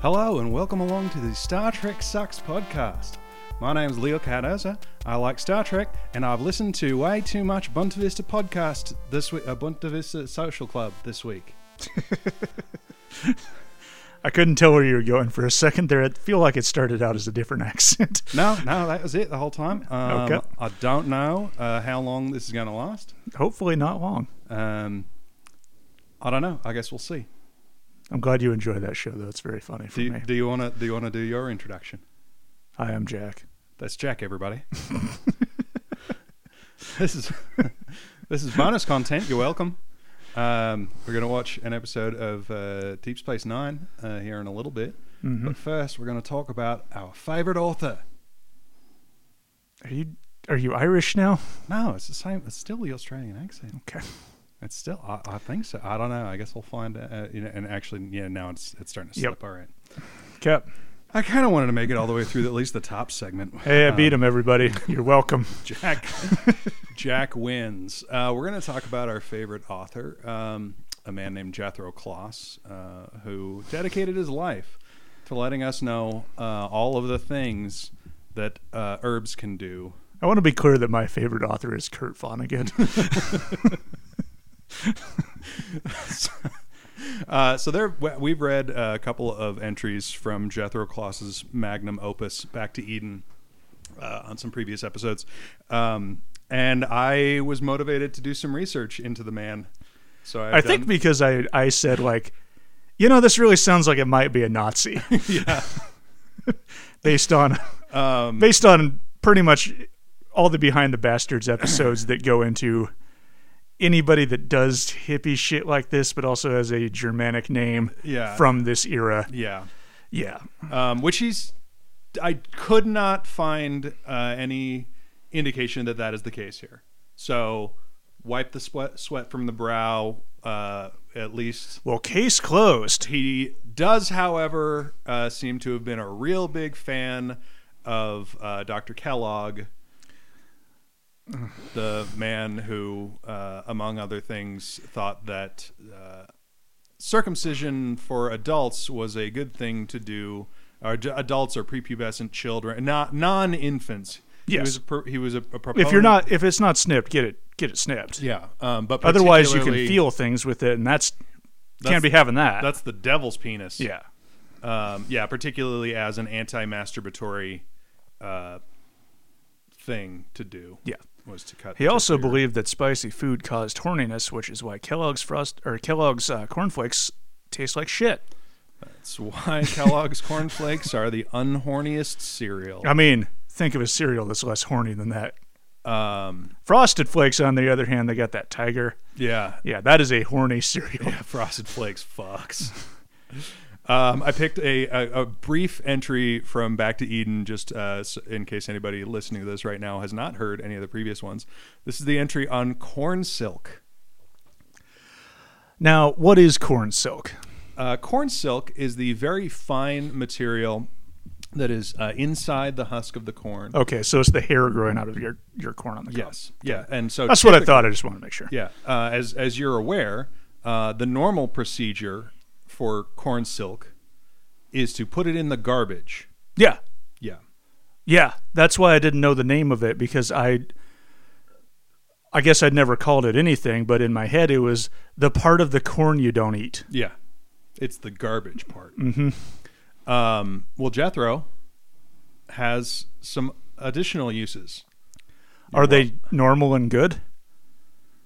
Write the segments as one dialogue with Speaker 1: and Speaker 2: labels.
Speaker 1: Hello and welcome along to the Star Trek Sucks podcast. My name's Leo Cardoza. I like Star Trek, and I've listened to way too much Bunta Vista podcast this week. Uh, Bunta Vista Social Club this week.
Speaker 2: I couldn't tell where you were going for a second there. I feel like it started out as a different accent.
Speaker 1: No, no, that was it the whole time. Um,
Speaker 2: Okay.
Speaker 1: I don't know uh, how long this is going to last.
Speaker 2: Hopefully, not long.
Speaker 1: Um, I don't know. I guess we'll see.
Speaker 2: I'm glad you enjoy that show, though. It's very funny for
Speaker 1: Do you,
Speaker 2: me.
Speaker 1: do you want to do you want to do your introduction?
Speaker 2: Hi, I'm Jack.
Speaker 1: That's Jack, everybody. this is this is bonus content. You're welcome. Um, we're going to watch an episode of uh, Deep Space Nine uh, here in a little bit,
Speaker 2: Mhm.
Speaker 1: but first we're going to talk about our favorite author.
Speaker 2: Are you are you Irish now?
Speaker 1: No, it's the same. It's still the Australian accent.
Speaker 2: Okay.
Speaker 1: It's still. I, I think so. I don't know. I guess we'll find. Uh, you know, and actually, yeah. Now it's it's starting to
Speaker 2: Yep.
Speaker 1: slip. All right.
Speaker 2: Yep.
Speaker 1: I kind of wanted to make it all the way through at least the top segment.
Speaker 2: Hey, I
Speaker 1: Um,
Speaker 2: beat him, everybody. You're welcome.
Speaker 1: Jack Jack wins. Uh, we're going to talk about our favorite author, um, a man named Jethro Kloss, uh, who dedicated his life to letting us know uh, all of the things that uh, herbs can do.
Speaker 2: I want to be clear that my favorite author is Kurt Vonnegut.
Speaker 1: Uh, so there, we- we've read a couple of entries from Jethro Kloss's magnum opus, Back to Eden, uh, on some previous episodes, um, and I was motivated to do some research into the man. So I've
Speaker 2: I
Speaker 1: done-
Speaker 2: think because I I said like, you know, this really sounds like it might be a Nazi.
Speaker 1: yeah.
Speaker 2: based on
Speaker 1: Um,
Speaker 2: based on pretty much all the behind the bastards episodes that go into anybody that does hippie shit like this but also has a germanic name
Speaker 1: Yeah.
Speaker 2: from this era
Speaker 1: yeah.
Speaker 2: yeah
Speaker 1: um, which he's i could not find uh, any indication that that is the case here so wipe the sweat, sweat from the brow uh, at least
Speaker 2: well case closed
Speaker 1: he does however uh, seem to have been a real big fan of uh, dr kellogg the man who uh, among other things thought that uh, circumcision for adults was a good thing to do, or d- adults or prepubescent children, not non-infants. He
Speaker 2: Yes.
Speaker 1: was a, pro- he was a, a proponent.
Speaker 2: if you're not if it's not snipped get it get it snipped
Speaker 1: Oh. yeah. Um, but
Speaker 2: otherwise you can
Speaker 1: particularly-
Speaker 2: feel things with it and that's,
Speaker 1: That's-
Speaker 2: can't be having that
Speaker 1: that's the devil's penis.
Speaker 2: yeah
Speaker 1: Um, yeah, particularly as an anti-masturbatory uh, thing to do.
Speaker 2: yeah
Speaker 1: Was to cut.
Speaker 2: he
Speaker 1: to
Speaker 2: also
Speaker 1: your-
Speaker 2: believed that spicy food caused horniness which is why kellogg's frost or kellogg's uh, cornflakes taste like shit
Speaker 1: That's why Kellogg's cornflakes are the unhorniest cereal.
Speaker 2: I mean, think of a cereal that's less horny than that.
Speaker 1: Um,
Speaker 2: Frosted Flakes, on the other hand, they got that tiger.
Speaker 1: yeah,
Speaker 2: Yeah, that is a horny cereal.
Speaker 1: Yeah, Frosted Flakes fucks. um, I picked a, a, a brief entry from Back to Eden, just uh, s- in case anybody listening to this right now has not heard any of the previous ones. This is the entry on corn silk.
Speaker 2: Now, what is corn silk?
Speaker 1: Uh, corn silk is the very fine material that is uh, inside the husk of the corn.
Speaker 2: Okay, so it's the hair growing out of your, your corn on the cob.
Speaker 1: yes, yeah, and so
Speaker 2: That's what I thought. I just want to make sure.
Speaker 1: Yeah, uh, as as you're aware, uh, the normal procedure for corn silk is to put it in the garbage.
Speaker 2: Yeah.
Speaker 1: Yeah.
Speaker 2: Yeah. That's why I didn't know the name of it because I I guess I'd never called it anything, but in my head it was the part of the corn you don't eat.
Speaker 1: Yeah, it's the garbage part. Mm-hmm. Um, well, Jethro has some additional uses.
Speaker 2: Are they normal and good?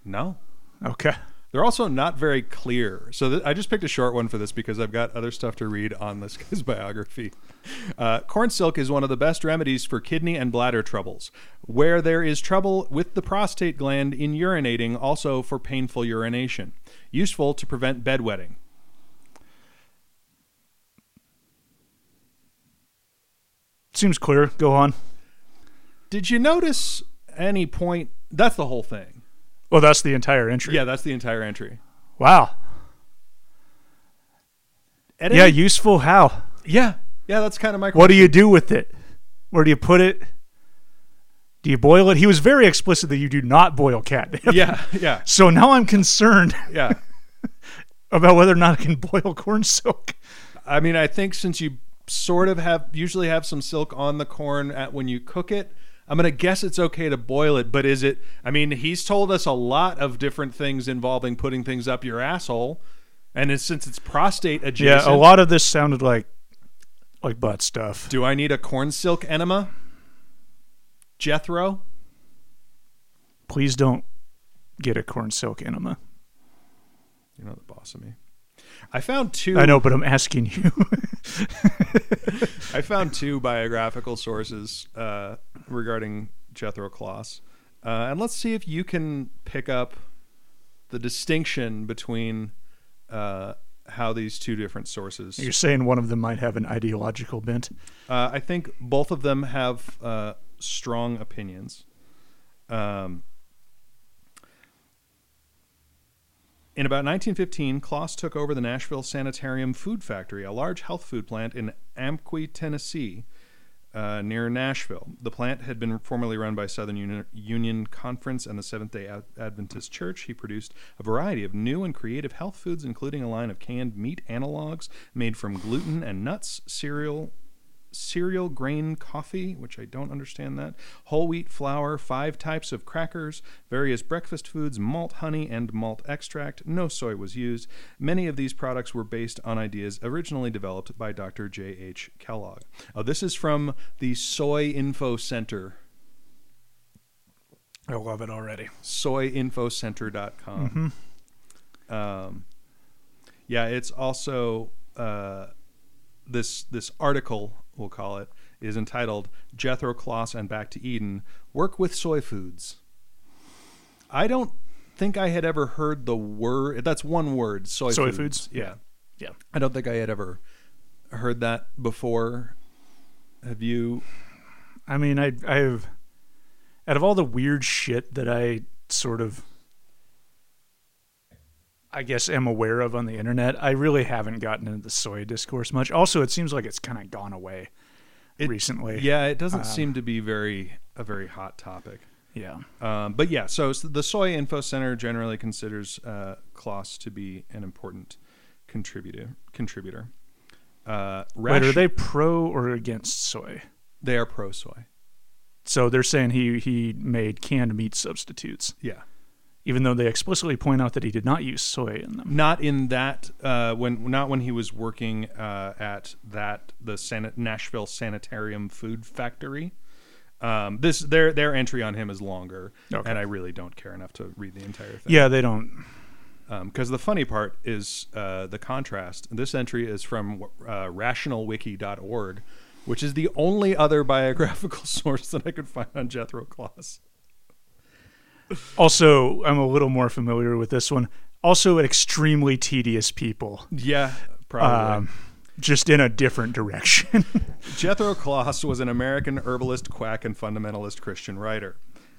Speaker 1: No,
Speaker 2: Okay.
Speaker 1: they're also not very clear. So th- I just picked a short one for this because I've got other stuff to read on this guy's biography. Uh, corn silk is one of the best remedies for kidney and bladder troubles. Where there is trouble with the prostate gland in urinating, also for painful urination. Useful to prevent bedwetting.
Speaker 2: Seems clear. Go on.
Speaker 1: Did you notice any point? That's the whole thing.
Speaker 2: Well, that's the entire entry.
Speaker 1: Yeah, that's the entire entry.
Speaker 2: Wow.
Speaker 1: At
Speaker 2: Yeah,
Speaker 1: any-
Speaker 2: useful how?
Speaker 1: yeah, yeah. That's kind of my.
Speaker 2: What do you do with it? Where do you put it? Do you boil it? He was very explicit that you do not boil catnip.
Speaker 1: yeah, yeah,
Speaker 2: So now I'm concerned
Speaker 1: yeah.
Speaker 2: about whether or not I can boil corn silk.
Speaker 1: I mean, I think since you sort of have usually have some silk on the corn at when you cook it, I'm gonna guess it's okay to boil it. But is it? I mean, he's told us a lot of different things involving putting things up your asshole, and it's, since it's prostate
Speaker 2: Yeah,
Speaker 1: adjacent,
Speaker 2: a lot of this sounded like like butt stuff.
Speaker 1: Do I need a corn silk enema? Jethro.
Speaker 2: Please don't get a corn silk enema.
Speaker 1: You know the boss of me. I found two.
Speaker 2: I know, but I'm asking you.
Speaker 1: I found two biographical sources uh, regarding Jethro Kloss, uh, and let's see if you can pick up the distinction between uh, how these two different sources.
Speaker 2: You're saying one of them might have an ideological bent.
Speaker 1: Uh, I think both of them have uh, strong opinions. Um, in about 1915, Kloss took over the Nashville Sanitarium Food Factory, a large health food plant in Amqui, Tennessee, uh, near Nashville. The plant had been formerly run by Southern Uni- Union Conference and the Seventh day Ad- Adventist Church. He produced a variety of new and creative health foods, including a line of canned meat analogs made from gluten and nuts, cereal, cereal grain coffee, which I don't understand that, whole wheat flour, five types of crackers, various breakfast foods, malt honey, and malt extract. No soy was used. Many of these products were based on ideas originally developed by Dr. J.H. Kellogg. Oh, this is from the Soy Info Center,
Speaker 2: I love it already.
Speaker 1: soyinfocenter.com.
Speaker 2: Mm-hmm.
Speaker 1: Um, yeah, it's also uh, this this article we'll call it is entitled Jethro Kloss and Back to Eden: Work with Soy Foods. I don't think I had ever heard the word. That's one word, soy,
Speaker 2: Soy foods?
Speaker 1: Yeah,
Speaker 2: Yeah.
Speaker 1: I don't think I had ever heard that before. Have you?
Speaker 2: I mean, I I've out of all the weird shit that I sort of I guess am aware of on the internet, I really haven't gotten into the soy discourse much. Also, it seems like it's kind of gone away
Speaker 1: It-
Speaker 2: recently.
Speaker 1: Yeah, it doesn't seem to be very a very hot topic.
Speaker 2: Yeah.
Speaker 1: Um, but yeah, so s- the Soy Info Center generally considers uh, Kloss to be an important contributor. Contributor. Uh,
Speaker 2: Wait, are
Speaker 1: ration-
Speaker 2: they pro or against soy?
Speaker 1: They are pro soy.
Speaker 2: So they're saying he he made canned meat substitutes,
Speaker 1: Yeah.
Speaker 2: even though they explicitly point out that he did not use soy in them.
Speaker 1: Not in that uh, when not when he was working uh, at that the San- Nashville Sanitarium Food Factory. Um, this their their entry on him is longer,
Speaker 2: Okay.
Speaker 1: and I really don't care enough to read the entire thing.
Speaker 2: Yeah, they don't.
Speaker 1: because Um, the funny part is uh, the contrast. This entry is from uh, rationalwiki.org, which is the only other biographical source that I could find on Jethro Kloss.
Speaker 2: Also, I'm a little more familiar with this one. Also, extremely tedious people.
Speaker 1: Yeah, probably.
Speaker 2: um, just in a different direction.
Speaker 1: Jethro Kloss was an American herbalist, quack, and fundamentalist Christian writer.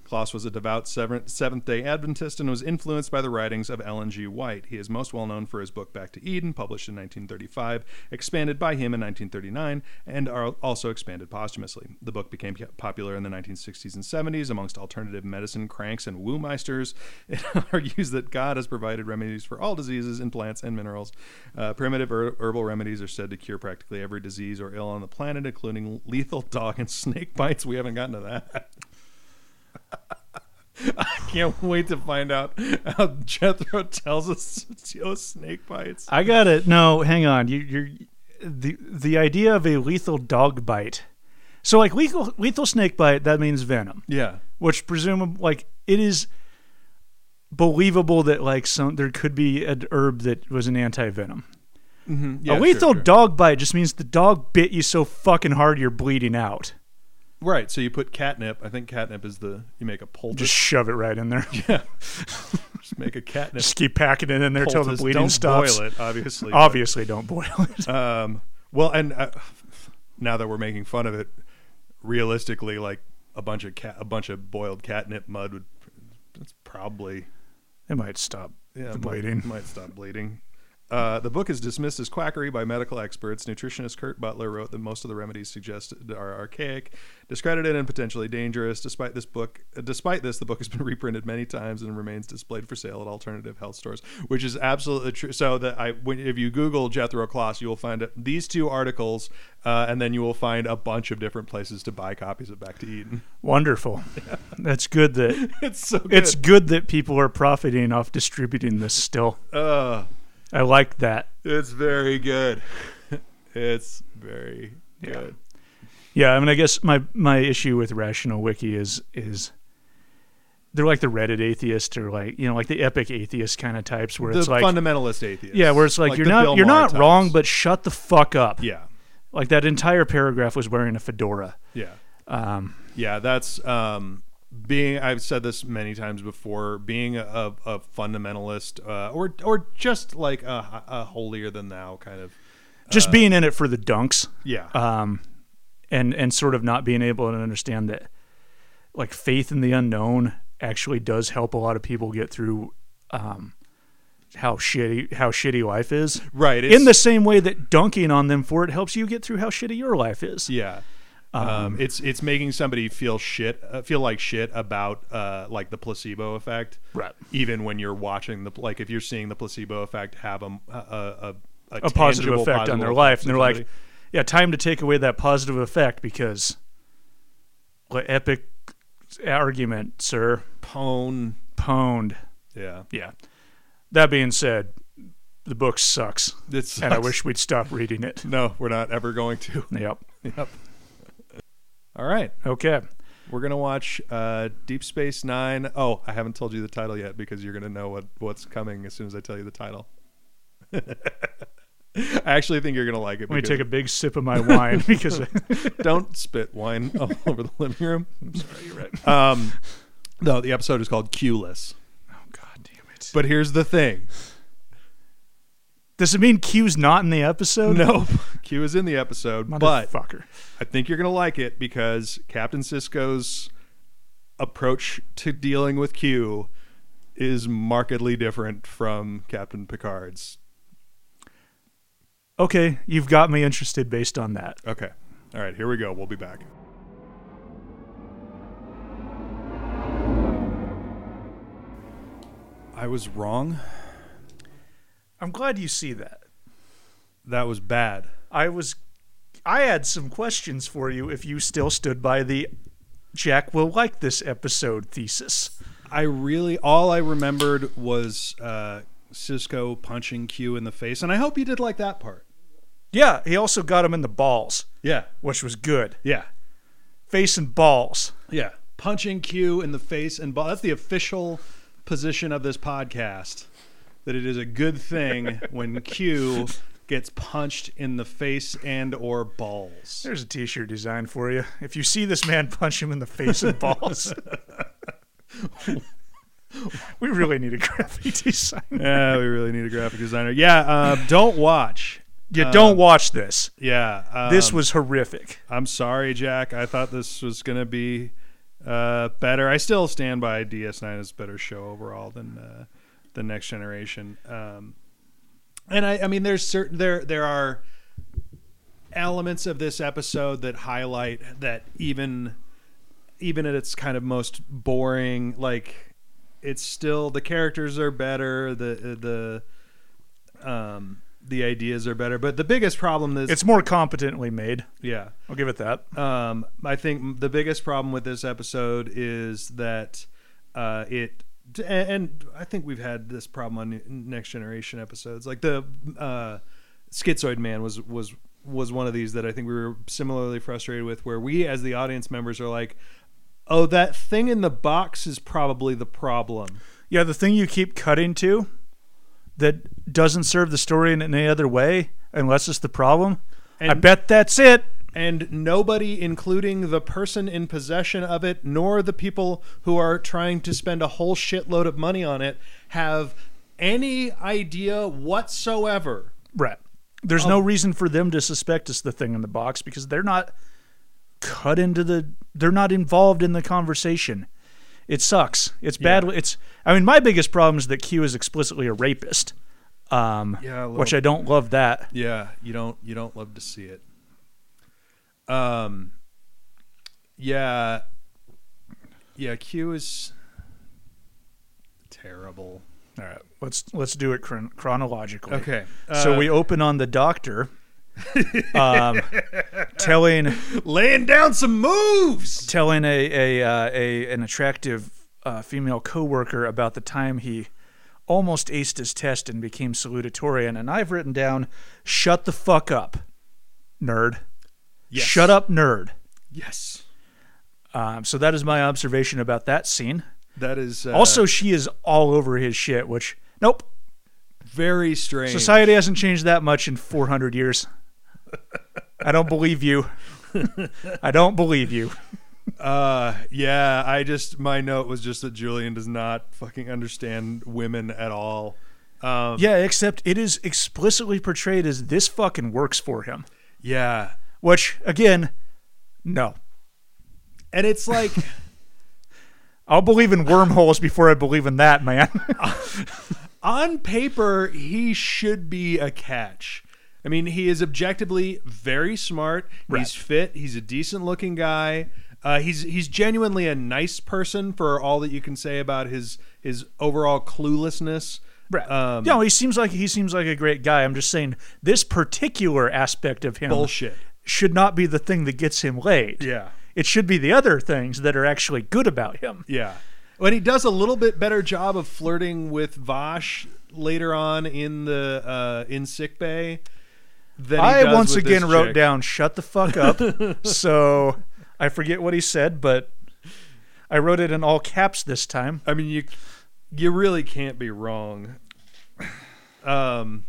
Speaker 1: Kloss was a devout Seventh day Adventist and was influenced by the writings of Ellen G. White. He is most well known for his book Back to Eden, published in 1935, expanded by him in 1939, and are also expanded posthumously. The book became popular in the 1960s and 70s amongst alternative medicine cranks and woo meisters. It argues that God has provided remedies for all diseases in plants and minerals. Uh, primitive her- herbal remedies are said to cure practically every disease or ill on the planet, including lethal dog and snake bites. We haven't gotten to that. I can't wait to find out how Jethro tells us to deal snake bites.
Speaker 2: I got it. No, hang on. You, you're the the idea of a lethal dog bite. So, like lethal lethal snake bite, that means venom,
Speaker 1: Yeah.
Speaker 2: which presumably, like, it is believable that like some there could be an herb that was an anti venom.
Speaker 1: Mhm. yeah
Speaker 2: a lethal
Speaker 1: sure, sure.
Speaker 2: dog bite just means the dog bit you so fucking hard you're bleeding out.
Speaker 1: Right. So you put catnip. I think catnip is the, you make a poultice.
Speaker 2: Just shove it right in there.
Speaker 1: yeah. Just make a catnip.
Speaker 2: Just keep packing it in there till the
Speaker 1: poultice.
Speaker 2: bleeding
Speaker 1: Don't
Speaker 2: stops.
Speaker 1: boil it, obviously. but-
Speaker 2: Obviously, don't boil it.
Speaker 1: Um, well, and uh, now that we're making fun of it, realistically, like a bunch of cat, a bunch of boiled catnip mud would, that's probably
Speaker 2: It might stop
Speaker 1: yeah,
Speaker 2: the
Speaker 1: might-
Speaker 2: bleeding.
Speaker 1: might, stop bleeding. Uh, the book is dismissed as quackery by medical experts. Nutritionist Kurt Butler wrote that most of the remedies suggested are archaic, discredited, and potentially dangerous. Despite this book, uh, despite this, the book has been reprinted many times and remains displayed for sale at alternative health stores, which is absolutely true. So that I, when, if you Google Jethro Kloss, you will find it- these two articles, uh, and then you will find a bunch of different places to buy copies of Back to Eden.
Speaker 2: Wonderful. That's good that
Speaker 1: It's so good.
Speaker 2: it's good that people are profiting off distributing this still.
Speaker 1: uh,
Speaker 2: I like that.
Speaker 1: it's very good. it's very good.
Speaker 2: Yeah, I mean, I guess my my issue with Rational Wiki is is they're like the Reddit atheist or like you know like the epic atheist kind of types where
Speaker 1: the
Speaker 2: it's like
Speaker 1: fundamentalist atheist.
Speaker 2: yeah, where it's like, you're
Speaker 1: the
Speaker 2: not
Speaker 1: Bill
Speaker 2: you're
Speaker 1: Maher
Speaker 2: not
Speaker 1: types.
Speaker 2: wrong, but shut the fuck up.
Speaker 1: yeah,
Speaker 2: Like that entire paragraph was wearing a fedora.
Speaker 1: yeah,
Speaker 2: Um,
Speaker 1: yeah. That's um, being. I've said this many times before. Being a, a fundamentalist, uh, or or just like a, a holier than thou kind of. Uh.
Speaker 2: just being in it for the dunks.
Speaker 1: Yeah,
Speaker 2: um, and and sort of not being able to understand that like faith in the unknown actually does help a lot of people get through um, how shitty how shitty life is
Speaker 1: right.
Speaker 2: in
Speaker 1: it's-
Speaker 2: the same way that dunking on them for it helps you get through how shitty your life is
Speaker 1: Yeah. Um, it's it's making somebody feel shit, uh, feel like shit about uh, like the placebo effect,
Speaker 2: Right.
Speaker 1: Even when you're watching the like, if you're seeing the placebo effect have a a, a, a,
Speaker 2: a positive
Speaker 1: tangible
Speaker 2: effect on
Speaker 1: positive
Speaker 2: their
Speaker 1: effect
Speaker 2: life and they're
Speaker 1: on
Speaker 2: like
Speaker 1: somebody.
Speaker 2: yeah time to take away that positive effect because what epic argument sir
Speaker 1: pone,
Speaker 2: pwned
Speaker 1: yeah,
Speaker 2: yeah that being said the book sucks
Speaker 1: it's
Speaker 2: and I wish we'd stop reading it.
Speaker 1: no, we're not ever going to.
Speaker 2: Yep.
Speaker 1: yep. All right,
Speaker 2: Okay.
Speaker 1: we're gonna watch uh, Deep Space Nine. Oh, I haven't told you the title yet because you're gonna know what what's coming as soon as I tell you the title. I actually think you're gonna like it.
Speaker 2: Let me
Speaker 1: because
Speaker 2: take a big sip of my wine because
Speaker 1: don't spit wine all over the living room.
Speaker 2: sorry, you're right.
Speaker 1: Um, no, the episode is called Cueless.
Speaker 2: Oh god damn it.
Speaker 1: But here's the thing:
Speaker 2: Does it mean Q's not in the episode?
Speaker 1: nope, Q is in the episode, but
Speaker 2: Motherfucker.
Speaker 1: I think you're gonna like it because Captain Cisco's approach to dealing with Q is markedly different from Captain Picard's.
Speaker 2: Okay, you've got me interested based on that.
Speaker 1: Okay, all right, here we go. We'll be back. I was wrong.
Speaker 2: I'm glad you see that.
Speaker 1: That was bad.
Speaker 2: I was I had some questions for you if you still stood by the Jack will like this episode thesis.
Speaker 3: I really all I remembered was uh, Cisco punching Q in the face, and I hope you did like that part.
Speaker 2: Yeah, he also got him in the balls,
Speaker 3: Yeah,
Speaker 2: which was good.
Speaker 3: yeah,
Speaker 2: Face and balls.
Speaker 3: yeah. Punching Q in the face and ball. That's the official position of this podcast. That it is a good thing when Q gets punched in the face and or balls.
Speaker 2: There's a t-shirt design for you. If you see this man punch him in the face and balls. we really need a graphic design.
Speaker 3: Yeah, we really need a graphic designer. Yeah, uh, don't watch. Uh,
Speaker 2: You don't watch this.
Speaker 3: Yeah, um,
Speaker 2: This was horrific.
Speaker 3: I'm sorry, Jack. I thought this was going to be uh, better. I still stand by DS9 is a better show overall than uh, the Next Generation. Um, and I, I mean, there's certain there there are elements of this episode that highlight that even even at its kind of most boring, like it's still the characters are better. The the um, the ideas are better, but the biggest problem is
Speaker 2: It's more competently made.
Speaker 3: yeah.
Speaker 2: I'll give it that.
Speaker 3: Um, I think the biggest problem with this episode is that uh, it, and- and I think we've had this problem on Next Generation episodes. Like the uh, Schizoid Man was was was one of these that I think we were similarly frustrated with, where we as the audience members are like, "Oh, that thing in the box is probably the problem."
Speaker 2: Yeah, the thing you keep cutting to that doesn't serve the story in any other way unless it's the problem. I
Speaker 3: And-
Speaker 2: bet that's it.
Speaker 3: and nobody, including the person in possession of it, nor the people who are trying to spend a whole shitload of money on it, have any idea whatsoever.
Speaker 2: Right. There's no reason for them to suspect it's the thing in the box because they're not cut into the they're not involved in the conversation. It sucks. It's bad. It's I mean my biggest problem is that Q is explicitly a rapist. um,
Speaker 1: Yeah, a little
Speaker 2: which I don't love that.
Speaker 1: Yeah, you don't you don't love to see it. Um yeah. Yeah, Q is terrible.
Speaker 2: All right, let's let's do it chron- chronologically.
Speaker 1: Okay.
Speaker 3: uh,
Speaker 2: so we open on the doctor um, telling
Speaker 1: laying down some moves.
Speaker 2: telling a a, uh, a an attractive uh, female coworker about the time he almost aced his test and became salutatorian. And I've written down, "Shut the fuck up, nerd.
Speaker 1: Yes.
Speaker 2: Shut up, nerd."
Speaker 1: Yes.
Speaker 2: Um, so that is my observation about that scene.
Speaker 1: That is uh,
Speaker 2: also, she is all over his shit, which nope,
Speaker 1: very strange.
Speaker 2: society hasn't changed that much in 400 years. I don't believe you. I don't believe you.
Speaker 1: Uh, yeah, I just my note was just that Julian does not fucking understand women at all. Um,
Speaker 2: Yeah, except it is explicitly portrayed as this fucking works for him.
Speaker 1: yeah,
Speaker 2: Which, again, no.
Speaker 1: and it's like
Speaker 2: I'll believe in wormholes before I believe in that, man.
Speaker 1: on paper, he should be a catch. I mean, he is objectively very smart.
Speaker 2: Right.
Speaker 1: He's fit. He's a decent looking guy. Uh, he's he's genuinely a nice person for all that you can say about his his overall cluelessness. Um,
Speaker 2: no, he seems like he seems like a great guy. I'm just saying this particular aspect of him
Speaker 1: Bullshit.
Speaker 2: should not be the thing that gets him laid.
Speaker 1: Yeah.
Speaker 2: It should be the other things that are actually good about him.
Speaker 1: Yeah. When he does a little bit better job of flirting with Vosh later on in the uh, in sick bay, than he
Speaker 2: I
Speaker 1: does
Speaker 2: once
Speaker 1: with
Speaker 2: again
Speaker 1: this
Speaker 2: wrote
Speaker 1: chick.
Speaker 2: down "shut the fuck up," so I forget what he said, but I wrote it in all caps this time.
Speaker 1: I mean, you you really can't be wrong. Um,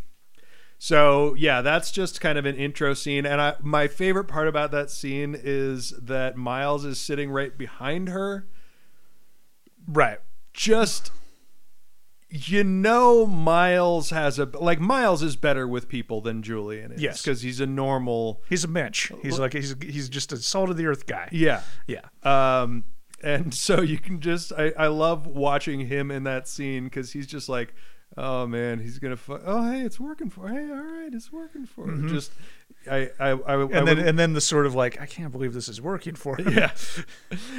Speaker 1: so yeah, that's just kind of an intro scene, and I my favorite part about that scene is that Miles is sitting right behind her.
Speaker 2: Right.
Speaker 1: Just you know, Miles has a like Miles is better with people than Julian is
Speaker 2: Yes.
Speaker 1: because he's a normal.
Speaker 2: He's a mensch. He's like he's he's just a salt of the earth guy.
Speaker 1: Yeah.
Speaker 2: Yeah.
Speaker 1: Um, and so you can just, I, I love watching him in that scene because he's just like, oh man, he's gonna. Fu- oh hey, it's working for. Hey, all right, it's working for. him. Just, I, I, I, I
Speaker 2: Mm-hmm. And then
Speaker 1: would-
Speaker 2: and then the sort of like I can't believe this is working for him.
Speaker 1: yeah,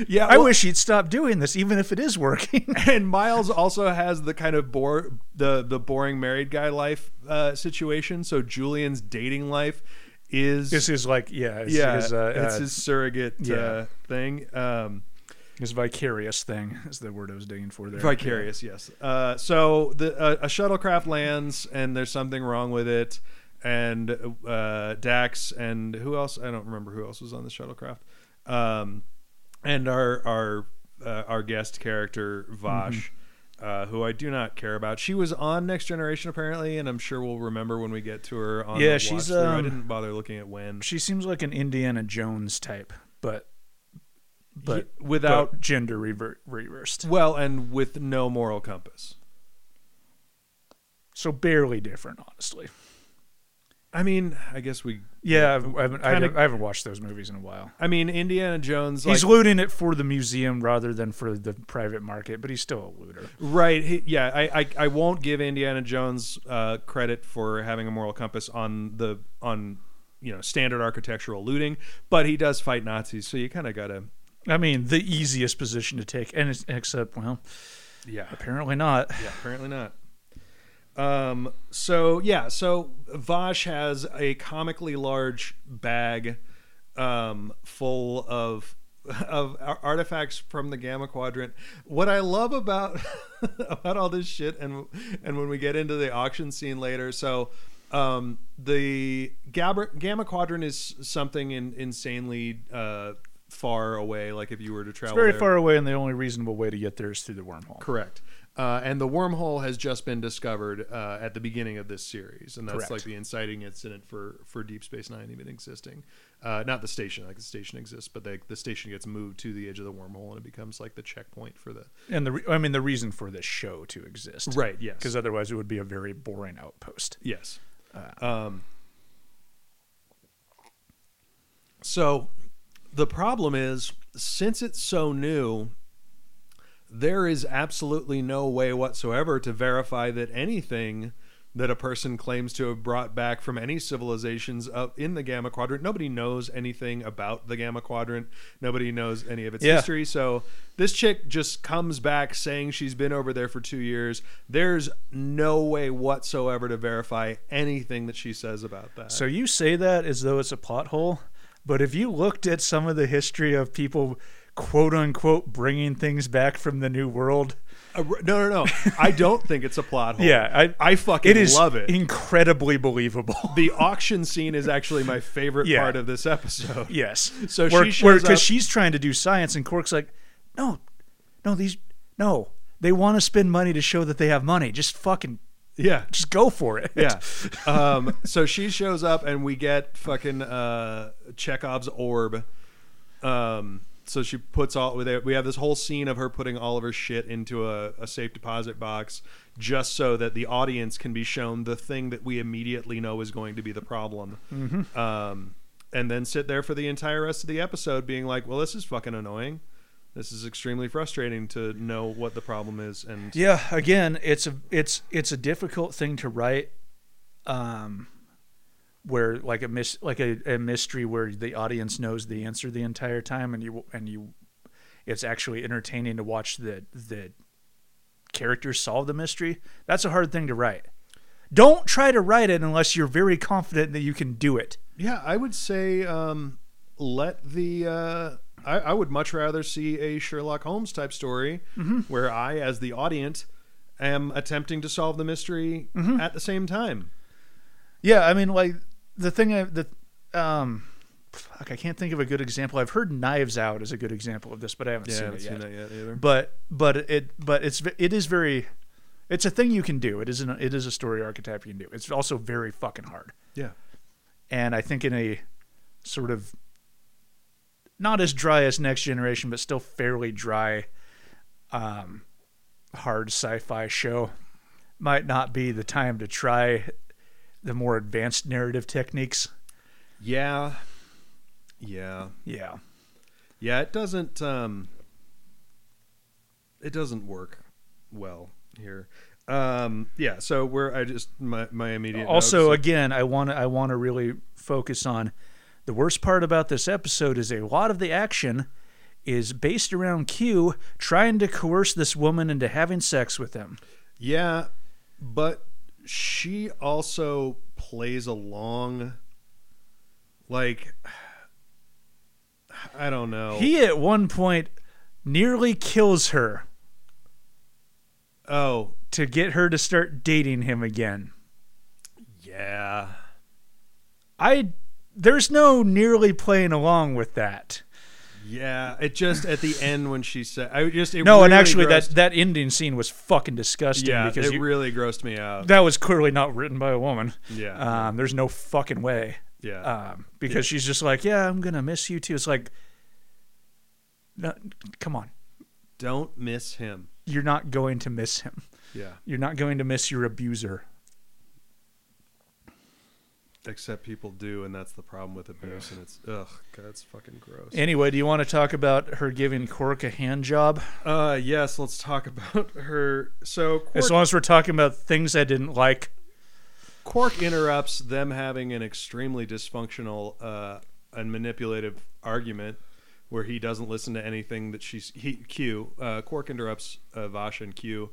Speaker 1: yeah.
Speaker 2: I
Speaker 1: well,
Speaker 2: wish he'd stop doing this, even if it is working.
Speaker 1: And Miles also has the kind of bore the the boring married guy life uh, situation. So Julian's dating life is
Speaker 2: this is like yeah, it's,
Speaker 1: yeah,
Speaker 2: his, uh,
Speaker 1: it's
Speaker 2: uh,
Speaker 1: his surrogate uh,
Speaker 2: yeah.
Speaker 1: thing. Um,
Speaker 2: his vicarious thing is the word I was digging for there.
Speaker 1: Vicarious, yes. Uh, so the uh, a shuttlecraft lands, and there's something wrong with it. And uh, Dax and who else? I don't remember who else was on the shuttlecraft. Um, and our our uh, our guest character Vash,
Speaker 2: Mm-hmm.
Speaker 1: uh, who I do not care about. She was on Next Generation apparently, and I'm sure we'll remember when we get to her. On
Speaker 2: Yeah,
Speaker 1: the
Speaker 2: she's,
Speaker 1: watch-through. I
Speaker 2: um,
Speaker 1: didn't bother looking at when,
Speaker 2: She seems like an Indiana Jones type, but but
Speaker 1: Y- without
Speaker 2: but gender revert, reversed.
Speaker 1: well, and with no moral compass.
Speaker 2: So barely different, honestly.
Speaker 1: I mean, I guess we.
Speaker 2: Yeah, I've- I haven't, I
Speaker 1: Kinda-
Speaker 2: haven't, I haven't watched those movies in a while.
Speaker 1: I mean, Indiana Jones. like,
Speaker 2: he's looting it for the museum rather than for the private market, but he's still a looter.
Speaker 1: Right. he- Yeah. I, I, I won't give Indiana Jones uh, credit for having a moral compass on the on you know standard architectural looting, but he does fight Nazis, so you kind of gotta
Speaker 2: I mean, the easiest position to take, and it's, except well,
Speaker 1: yeah
Speaker 2: apparently not.
Speaker 1: yeah apparently not. Um. So yeah. So Vash has a comically large bag, um, full of of ar- artifacts from the Gamma Quadrant. What I love about about all this shit, and and when we get into the auction scene later, so. Um, the Gabra- Gamma Quadrant is something in, insanely uh, far away. Like if you were to travel,
Speaker 2: Very
Speaker 1: there.
Speaker 2: far away, and the only reasonable way to get there is through the wormhole.
Speaker 1: Correct. Uh, and the wormhole has just been discovered uh, at the beginning of this series, and that's
Speaker 2: Correct.
Speaker 1: like the inciting incident for for Deep Space Nine even existing. Uh, not the station, like the station exists, but they, the station gets moved to the edge of the wormhole, and it becomes like the checkpoint for the
Speaker 2: And the re- I mean, the reason for this show to exist,
Speaker 1: right. Yes,
Speaker 2: Because otherwise, it would be a very boring outpost.
Speaker 1: yes. um, so the problem is, since it's so new, there is absolutely no way whatsoever to verify that anything that a person claims to have brought back from any civilizations up in the Gamma Quadrant. Nobody knows anything about the Gamma Quadrant. Nobody knows any of its
Speaker 3: Yeah.
Speaker 1: history. So this chick just comes back saying she's been over there for two years. There's no way whatsoever to verify anything that she says about that.
Speaker 2: So you say that as though it's a plot hole, but if you looked at some of the history of people quote unquote bringing things back from the new world,
Speaker 1: Uh, r- no, no, no. I don't think it's a plot hole.
Speaker 2: yeah, I
Speaker 1: I fucking
Speaker 2: it is
Speaker 1: love it.
Speaker 2: incredibly believable.
Speaker 1: the auction scene is actually my favorite
Speaker 2: Yeah.
Speaker 1: part of this episode.
Speaker 2: yes.
Speaker 1: So
Speaker 2: where,
Speaker 1: she shows up-
Speaker 2: because she's trying to do science and Cork's like, "No. No, these no. They want to spend money to show that they have money. Just fucking
Speaker 1: Yeah.
Speaker 2: just go for it."
Speaker 1: Yeah. Um, so she shows up and we get fucking uh, Chekhov's orb. Um, so she puts all we we have this whole scene of her putting all of her shit into a, a safe deposit box just so that the audience can be shown the thing that we immediately know is going to be the problem. Um, and then sit there for the entire rest of the episode being like, well, this is fucking annoying. This is extremely frustrating to know what the problem is and
Speaker 2: yeah again it's a it's it's a difficult thing to write um where like a mis- like a, a mystery where the audience knows the answer the entire time and you and you it's actually entertaining to watch the the characters solve the mystery that's a hard thing to write don't try to write it unless you're very confident that you can do it
Speaker 1: Yeah, I would say um, let the. Uh, I, I would much rather see a Sherlock Holmes type story
Speaker 2: Mm-hmm.
Speaker 1: where I, as the audience, am attempting to solve the mystery
Speaker 2: Mm-hmm.
Speaker 1: at the same time.
Speaker 2: Yeah, I mean, like the thing I the um, fuck, I can't think of a good example. I've heard Knives Out is a good example of this, but I haven't seen it yet.
Speaker 1: either.
Speaker 2: But but it but it's ve- it is very, it's a thing you can do. It isn't. It is a story archetype you can do. It's also very fucking hard.
Speaker 1: Yeah,
Speaker 2: And I think in a sort of not as dry as Next Generation, but still fairly dry, um, hard sci-fi show might not be the time to try the more advanced narrative techniques.
Speaker 1: yeah, yeah,
Speaker 2: Yeah.
Speaker 1: yeah. It doesn't. Um, it doesn't work well here. Um, yeah, so we're. I just my my immediate.
Speaker 2: Also,
Speaker 1: notes-
Speaker 2: again, I want to I want to really focus on the worst part about this episode is a lot of the action is based around Q trying to coerce this woman into having sex with him.
Speaker 1: Yeah, but she also plays along. Like, I don't know.
Speaker 2: He at one point nearly kills her
Speaker 1: oh,
Speaker 2: to get her to start dating him again.
Speaker 1: yeah.
Speaker 2: I there's no nearly playing along with that.
Speaker 1: Yeah. It just, at the end when she said, I just, it
Speaker 2: no, and
Speaker 1: really
Speaker 2: actually
Speaker 1: grossed-
Speaker 2: that that ending scene was fucking disgusting
Speaker 1: yeah,
Speaker 2: because
Speaker 1: it
Speaker 2: you,
Speaker 1: really grossed me out.
Speaker 2: that was clearly not written by a woman.
Speaker 1: Yeah.
Speaker 2: Um, there's no fucking way.
Speaker 1: yeah.
Speaker 2: um, because she's just like, yeah, I'm gonna miss you too. It's like, no, come on,
Speaker 1: don't miss him.
Speaker 2: you're not going to miss him.
Speaker 1: Yeah.
Speaker 2: You're not going to miss your abuser.
Speaker 1: Except people do, and that's the problem with abuse. And it's, ugh, God, it's fucking gross.
Speaker 2: Anyway, do you want to talk about her giving Cork a hand job?
Speaker 1: Uh, yes, let's talk about her. So, Quirk
Speaker 2: As long as we're talking about things I didn't like.
Speaker 1: Quark interrupts them having an extremely dysfunctional uh, and manipulative argument where he doesn't listen to anything that she's he Q uh, Quark interrupts uh, Vash and Q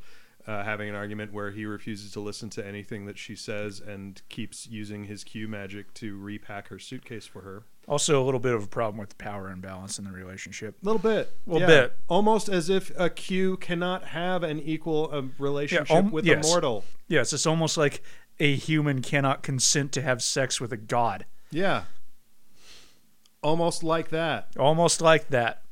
Speaker 1: uh, having an argument where he refuses to listen to anything that she says and keeps using his Q magic to repack her suitcase for her.
Speaker 2: Also, a little bit of a problem with power imbalance in the relationship.
Speaker 1: A little bit,
Speaker 2: Little bit.
Speaker 1: almost as if a Q cannot have an equal um, relationship
Speaker 2: om-
Speaker 1: with
Speaker 2: yes.
Speaker 1: a mortal.
Speaker 2: Yes, it's almost like a human cannot consent to have sex with a god.
Speaker 1: Yeah, almost like that.
Speaker 2: Almost like that.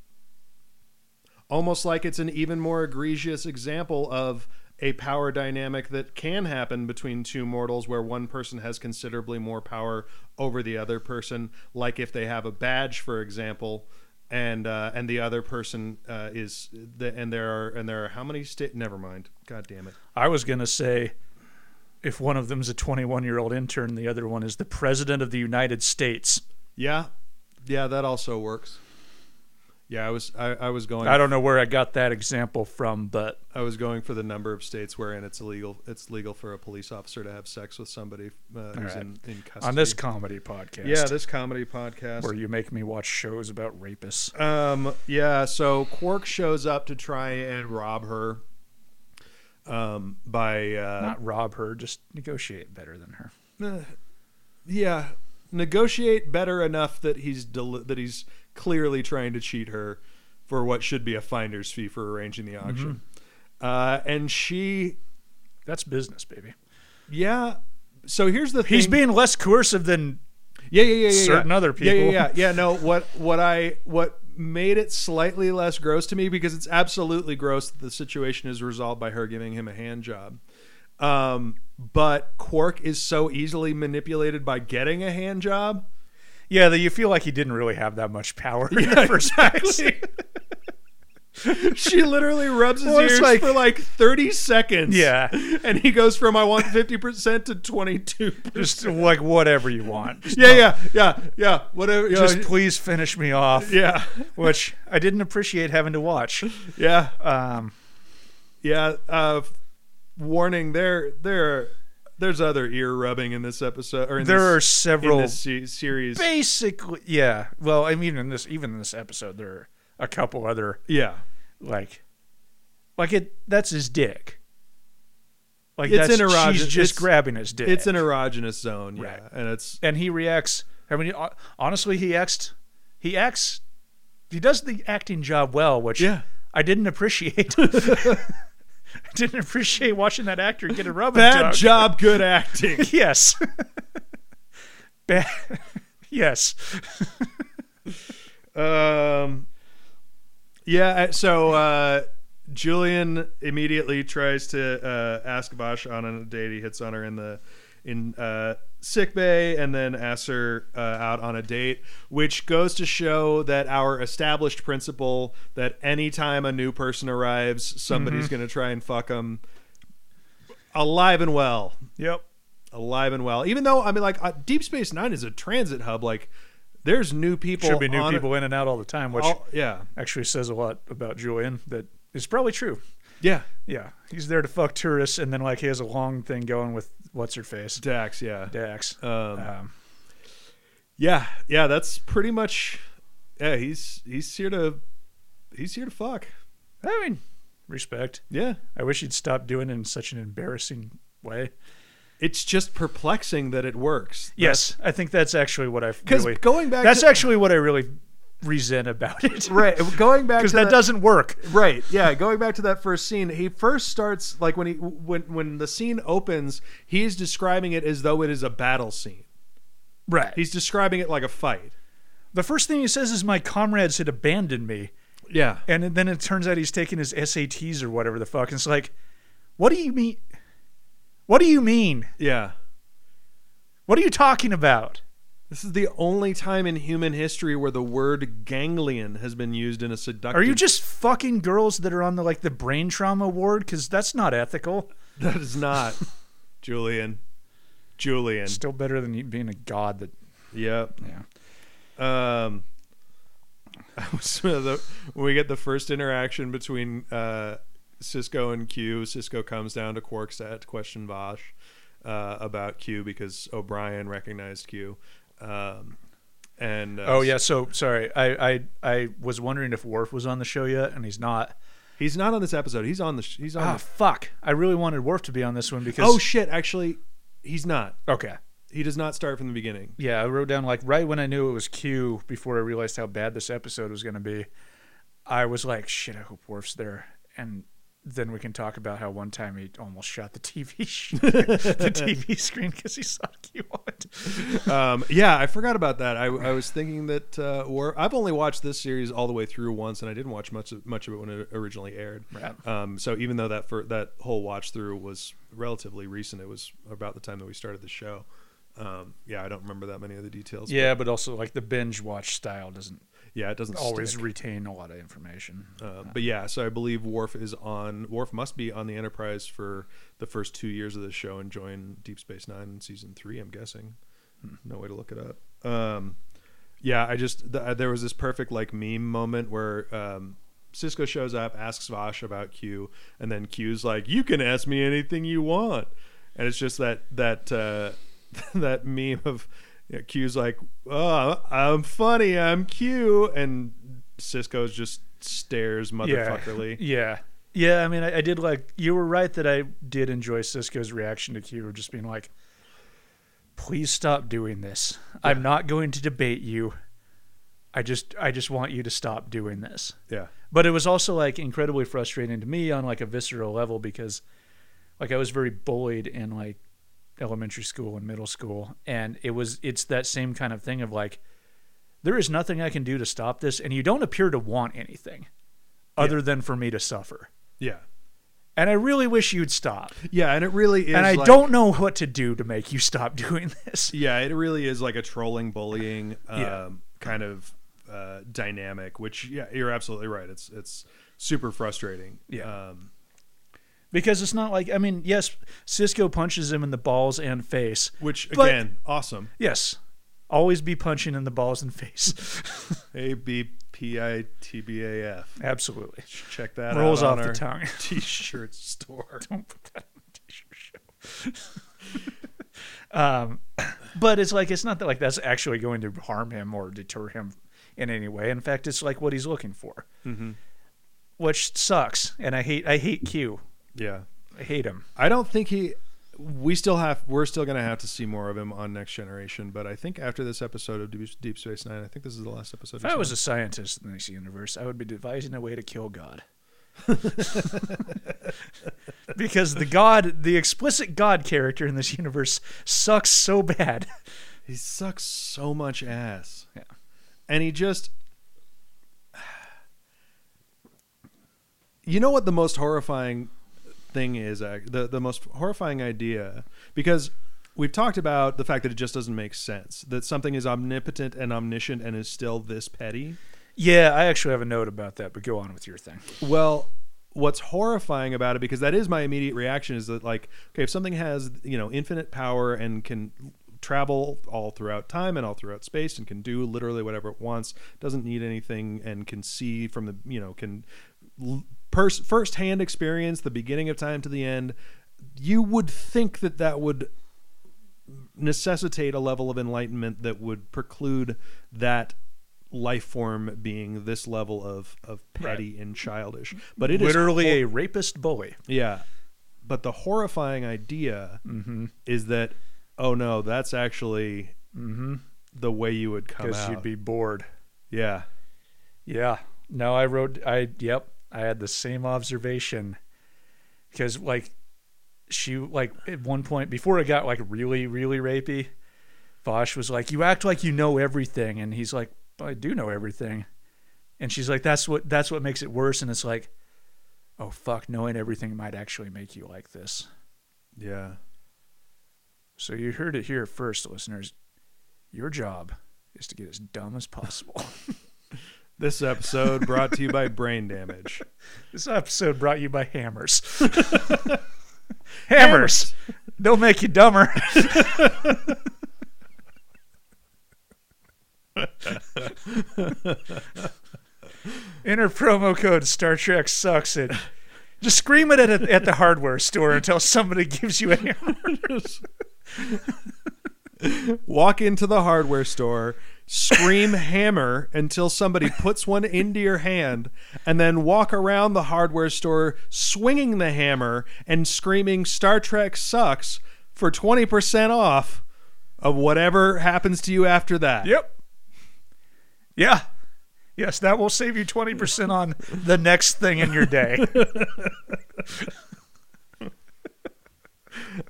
Speaker 1: almost like it's an even more egregious example of a power dynamic that can happen between two mortals where one person has considerably more power over the other person like if they have a badge for example and uh, and the other person uh, is the, and there are and there are how many state never mind god damn it
Speaker 2: I was going to say if one of them's a 21 year old intern, the other one is the president of the United States.
Speaker 1: yeah yeah that also works Yeah, I was I, I was going
Speaker 2: I don't know where I got that example from, but
Speaker 1: I was going for the number of states wherein it's illegal it's legal for a police officer to have sex with somebody uh, who's
Speaker 2: right.
Speaker 1: in, in custody.
Speaker 2: on this comedy podcast,
Speaker 1: yeah, this comedy podcast.
Speaker 2: where you make me watch shows about rapists.
Speaker 1: Um, yeah, so Quark shows up to try and rob her. Um, by uh,
Speaker 2: not rob her, just negotiate better than her.
Speaker 1: eh, yeah, negotiate better enough that he's del- that he's clearly trying to cheat her for what should be a finder's fee for arranging the auction.
Speaker 2: Mm-hmm.
Speaker 1: Uh, and she,
Speaker 2: That's business, baby.
Speaker 1: yeah. So here's the thing.
Speaker 2: He's being less coercive than
Speaker 1: yeah, yeah, yeah, yeah, yeah.
Speaker 2: certain other
Speaker 1: Yeah, yeah,
Speaker 2: people.
Speaker 1: yeah, yeah. No, what what I what made it slightly less gross to me because it's absolutely gross that the situation is resolved by her giving him a hand job. Um, but Quark is so easily manipulated by getting a hand job.
Speaker 2: yeah. That you feel like he didn't really have that much power in the first place.
Speaker 1: She literally rubs his
Speaker 2: Well, it's
Speaker 1: ears
Speaker 2: like-
Speaker 1: for like thirty seconds.
Speaker 2: Yeah.
Speaker 1: and he goes from "I want fifty percent" to twenty-two.
Speaker 2: just like whatever you want. Just,
Speaker 1: Yeah, yeah, yeah, yeah. Whatever. you know,
Speaker 2: just please finish me off.
Speaker 1: yeah,
Speaker 2: Which I didn't appreciate having to watch.
Speaker 1: yeah.
Speaker 2: Um,
Speaker 1: Yeah, uh f- warning there there there's other ear rubbing in this episode or in
Speaker 2: there are
Speaker 1: this, in
Speaker 2: several
Speaker 1: this se- series.
Speaker 2: basically yeah well i mean in this even in this episode there are a couple other
Speaker 1: Yeah.
Speaker 2: like like it that's his dick like
Speaker 1: It's
Speaker 2: that's
Speaker 1: an erogenous-
Speaker 2: she's just
Speaker 1: it's-
Speaker 2: grabbing his dick
Speaker 1: It's an erogenous zone, yeah.
Speaker 2: Right.
Speaker 1: And it's
Speaker 2: and he reacts i mean hon- honestly he acts he acts he does the acting job well which
Speaker 1: Yeah.
Speaker 2: i didn't appreciate i didn't appreciate watching that actor get a rub
Speaker 1: bad job good acting.
Speaker 2: yes bad yes
Speaker 1: um Yeah, I- so uh Julian immediately tries to uh ask Vash on a date. He hits on her in the in uh sick bay and then asks her uh, out on a date which goes to show that our established principle that anytime a new person arrives somebody's
Speaker 2: Mm-hmm.
Speaker 1: going to try and fuck them alive and well
Speaker 2: yep
Speaker 1: alive and well even though i mean like uh, deep space 9 is a transit hub like there's new people
Speaker 2: should be new
Speaker 1: on-
Speaker 2: people in and out all the time which
Speaker 1: all- yeah
Speaker 2: actually says a lot about Julian that is probably true.
Speaker 1: yeah
Speaker 2: Yeah, he's there to fuck tourists, and then like he has a long thing going with what's her face
Speaker 1: Dax, yeah.
Speaker 2: Dax.
Speaker 1: Um,
Speaker 2: Um,
Speaker 1: yeah, yeah, that's pretty much yeah, he's he's here to he's here to fuck.
Speaker 2: I mean, respect.
Speaker 1: Yeah.
Speaker 2: I wish he'd stop doing it in such an embarrassing way.
Speaker 1: It's just perplexing that it works.
Speaker 2: Yes, I think that's actually what I
Speaker 1: Cuz
Speaker 2: really.
Speaker 1: going back
Speaker 2: That's
Speaker 1: to,
Speaker 2: actually what I really resent about it.
Speaker 1: right, going back to
Speaker 2: Because that doesn't work.
Speaker 1: right yeah going back to that first scene he first starts like when he when when the scene opens he's describing it as though it is a battle scene
Speaker 2: Right.
Speaker 1: he's describing it like a fight
Speaker 2: the first thing he says is, "My comrades had abandoned me,"
Speaker 1: yeah
Speaker 2: and then it turns out he's taking his SATs or whatever the fuck. And it's like, what do you mean? What do you mean?
Speaker 1: yeah
Speaker 2: What are you talking about?
Speaker 1: this is the only time in human history where the word ganglion has been used in a seductive
Speaker 2: Are you just fucking girls that are on the like the brain trauma ward? Because that's not ethical.
Speaker 1: That is not Julian. Julian.
Speaker 2: Still better than you being a god. That
Speaker 1: Yep.
Speaker 2: yeah.
Speaker 1: Um, I was- the- when we get the first interaction between uh, Cisco and Q, Cisco comes down to Quarkset to question Vosh uh, about Q because O'Brien recognized Q. Um, and uh,
Speaker 2: Oh yeah. So sorry. I I I was wondering if Worf was on the show yet, and he's not.
Speaker 1: he's not on this episode. He's on the. Sh- he's on.
Speaker 2: Ah
Speaker 1: the-
Speaker 2: fuck. I really wanted Worf to be on this one because
Speaker 1: oh shit! Actually, he's not.
Speaker 2: okay.
Speaker 1: He does not start from the beginning.
Speaker 2: Yeah, I wrote down like right when I knew it was Q before I realized how bad this episode was going to be. I was like, shit, I hope Worf's there. And then we can talk about how one time he almost shot the TV sh- the TV screen because he saw Q on it.
Speaker 1: um, yeah, I forgot about that. I, I was thinking that uh, War. I've only watched this series all the way through once, and I didn't watch much of, much of it when it originally aired.
Speaker 2: Right.
Speaker 1: Um, so even though that for, that whole watch through was relatively recent, it was about the time that we started the show. Um, yeah, I don't remember that many of the details. but
Speaker 2: Yeah, but also like the binge watch style doesn't
Speaker 1: yeah, it doesn't
Speaker 2: always
Speaker 1: stick.
Speaker 2: retain a lot of information.
Speaker 1: Uh, but yeah, so I believe Worf is on. Worf must be on the Enterprise for the first two years of this show and join Deep Space Nine in season three. I'm guessing. No way to look it up. Um, Yeah, I just th- there was this perfect like meme moment where um, Cisco shows up, asks Vosh about Q, and then Q's like, "You can ask me anything you want," and it's just that that uh, that meme of you know, Q's like, "Oh, I'm funny, I'm Q," and Cisco's just stares motherfuckerly.
Speaker 2: Yeah. Yeah, I mean, I, I did like. You were right that I did enjoy Cisco's reaction to Q, just being like, "Please stop doing this. I'm not going to debate you. I just, I just want you to stop doing this."
Speaker 1: Yeah,
Speaker 2: But it was also like incredibly frustrating to me on like a visceral level because, like, I was very bullied in like elementary school and middle school, and it was it's that same kind of thing of like, there is nothing I can do to stop this, and you don't appear to want anything, other than for me to suffer.
Speaker 1: yeah,
Speaker 2: And I really wish you'd stop.
Speaker 1: yeah, and it really is.
Speaker 2: and I
Speaker 1: like-
Speaker 2: don't know what to do to make you stop doing this.
Speaker 1: Yeah, it really is like a trolling, bullying, um,
Speaker 2: Yeah.
Speaker 1: kind of uh, dynamic. Which, yeah, you're absolutely right. It's it's super frustrating.
Speaker 2: Yeah.
Speaker 1: um,
Speaker 2: Because it's not like I mean, yes, Cisco punches him in the balls and face.
Speaker 1: which
Speaker 2: But-
Speaker 1: again, awesome.
Speaker 2: Yes. Always be punching in the balls and face.
Speaker 1: A B P I T B A F.
Speaker 2: Absolutely.
Speaker 1: Check that
Speaker 2: Rolls
Speaker 1: out
Speaker 2: off
Speaker 1: on
Speaker 2: the
Speaker 1: our
Speaker 2: tongue.
Speaker 1: T-shirt store.
Speaker 2: Don't put that on the t-shirt show. um, but it's like it's not that like that's actually going to harm him or deter him in any way. In fact, it's like what he's looking for, mm-hmm. which sucks. And I hate I hate Q.
Speaker 1: Yeah,
Speaker 2: I hate him.
Speaker 1: I don't think he. We still have. We're still going to have to see more of him on Next Generation. But I think after this episode of Deep- Deep Space Nine, I think this is the last episode.
Speaker 2: If I was a scientist in this universe, I would be devising a way to kill God. because the God, the explicit God character in this universe sucks so bad.
Speaker 1: He sucks so much ass.
Speaker 2: Yeah.
Speaker 1: And he just You know what the most horrifying thing is ac- the the most horrifying idea because we've talked about the fact that it just doesn't make sense that something is omnipotent and omniscient and is still this petty.
Speaker 2: Yeah, I actually have a note about that, but go on with your thing.
Speaker 1: Well, what's horrifying about it because that is my immediate reaction is that like okay, if something has, you know, infinite power and can travel all throughout time and all throughout space and can do literally whatever it wants, doesn't need anything and can see from the, you know, can l- pers- firsthand experience the beginning of time to the end, you would think that that would necessitate a level of enlightenment that would preclude that life form being this level of of petty and childish but it is
Speaker 2: Literally a rapist bully.
Speaker 1: yeah. But the horrifying idea
Speaker 2: Mm-hmm,
Speaker 1: is that, oh no, that's actually the way you would come
Speaker 2: Because
Speaker 1: out.
Speaker 2: mm-hmm. you'd be bored.
Speaker 1: yeah.
Speaker 2: Yeah. No, I wrote I yep, I had the same observation. Cause like she like at one point before it got like really, really rapey, Vosh was like, You act like you know everything and he's like, I do know everything. And she's like, That's what that's what makes it worse and it's like, Oh fuck, knowing everything might actually make you like this.
Speaker 1: Yeah.
Speaker 2: So you heard it here first, listeners. Your job is to get as dumb as possible.
Speaker 1: This episode brought to you by Brain Damage.
Speaker 2: This episode brought you by hammers. hammers. Don't make you dumber. Enter promo code Star Trek sucks it. Just scream it at, a, at the hardware store until somebody gives you a hammer.
Speaker 1: Walk into the hardware store, scream hammer until somebody puts one into your hand, and then walk around the hardware store swinging the hammer and screaming Star Trek sucks for 20% off of whatever happens to you after that.
Speaker 2: Yep. Yeah. Yes, that will save you 20% on the next thing in your day.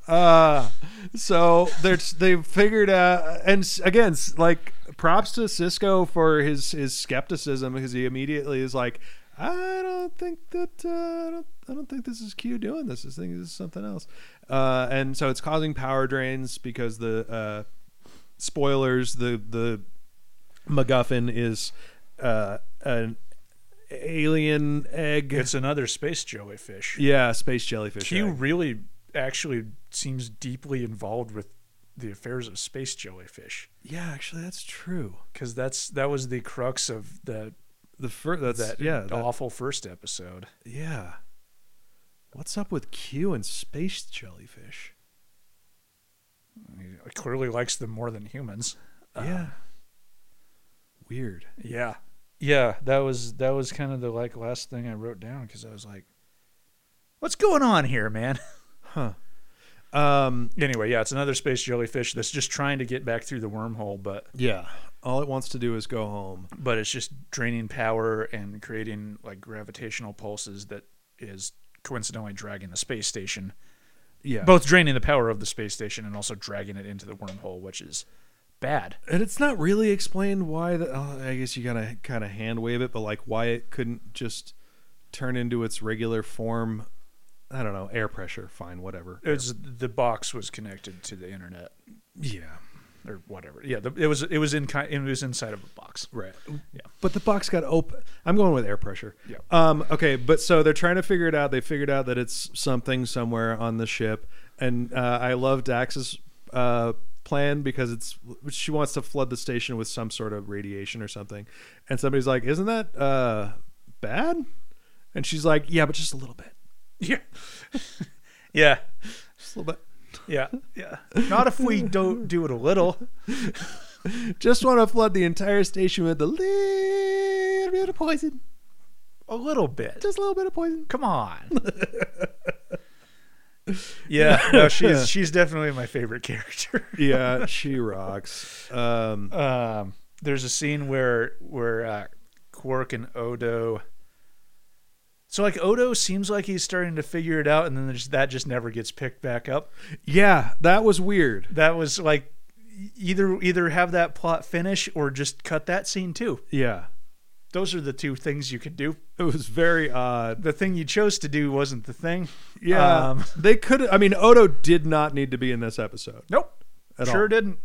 Speaker 1: Uh, so they're they've figured out, and s- again, s- like props to Cisco for his his skepticism because he immediately is like, I don't think that uh, I don't I don't think this is Q doing this. This thing is something else, uh, and so it's causing power drains because the uh, spoilers the the MacGuffin is uh, an alien egg.
Speaker 2: It's another space jellyfish.
Speaker 1: yeah, space jellyfish.
Speaker 2: Q
Speaker 1: egg.
Speaker 2: really actually seems deeply involved with the affairs of space jellyfish
Speaker 1: Yeah, actually, that's true.
Speaker 2: because that's that was the crux of the
Speaker 1: The first that's
Speaker 2: that
Speaker 1: yeah
Speaker 2: the
Speaker 1: that-
Speaker 2: awful first episode.
Speaker 1: yeah. What's up with Q and space jellyfish?
Speaker 2: He clearly likes them more than humans. Uh,
Speaker 1: yeah. Weird.
Speaker 2: Yeah, yeah. That was that was kind of the like last thing I wrote down because I was like, "What's going on here, man?"
Speaker 1: Um.
Speaker 2: anyway, yeah, it's another space jellyfish that's just trying to get back through the wormhole, but
Speaker 1: Yeah. All it wants to do is go home.
Speaker 2: but it's just draining power and creating like gravitational pulses that is coincidentally dragging the space station.
Speaker 1: Yeah.
Speaker 2: Both draining the power of the space station and also dragging it into the wormhole, which is bad.
Speaker 1: and it's not really explained why the oh, i guess you gotta kind of hand wave it but like why it couldn't just turn into its regular form i don't know air pressure fine whatever
Speaker 2: It was the box was connected to the internet
Speaker 1: yeah
Speaker 2: or whatever. Yeah, the, it was it was in ki- it was inside of a box.
Speaker 1: right
Speaker 2: Yeah.
Speaker 1: but the box got open i'm going with air pressure
Speaker 2: Yeah.
Speaker 1: um okay but so they're trying to figure it out they figured out that it's something somewhere on the ship and uh, i love dax's uh plan because it's she wants to flood the station with some sort of radiation or something and somebody's like isn't that uh bad and she's like yeah but just a little bit
Speaker 2: Yeah. yeah.
Speaker 1: just a little bit
Speaker 2: Yeah. Yeah. Not if we don't do it a little.
Speaker 1: just want to flood the entire station with a little bit of poison
Speaker 2: A little bit.
Speaker 1: just a little bit of poison
Speaker 2: Come on. yeah, no, she's she's definitely my favorite character.
Speaker 1: yeah she rocks um
Speaker 2: Um, there's a scene where where uh, Quark and Odo. So like Odo seems like he's starting to figure it out, and then there's, that just never gets picked back up.
Speaker 1: yeah that was weird
Speaker 2: That was like e-, either either have that plot finish or just cut that scene too.
Speaker 1: Yeah.
Speaker 2: Those are the two things you could do.
Speaker 1: It was very odd.
Speaker 2: The thing you chose to do wasn't the thing.
Speaker 1: Yeah.
Speaker 2: Um,
Speaker 1: they could I mean Odo did not need to be in this episode.
Speaker 2: Nope.
Speaker 1: At
Speaker 2: sure
Speaker 1: all.
Speaker 2: didn't.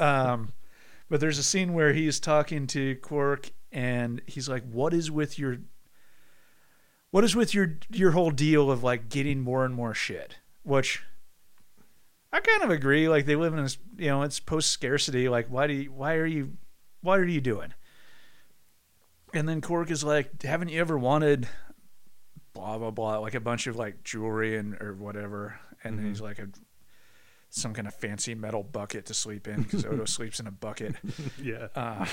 Speaker 2: Um, but there's a scene where he's talking to Quark and he's like, "What is with your what is with your your whole deal of like getting more and more shit?" Which I kind of agree. Like they live in this, you know, it's post scarcity. Like why do you, why are you what are you doing? And then Quark is like, "Haven't you ever wanted blah blah blah like a bunch of like jewelry and or whatever?" And
Speaker 1: Mm-hmm.
Speaker 2: then he's like a some kind of fancy metal bucket to sleep in because Odo sleeps in a bucket
Speaker 1: Yeah.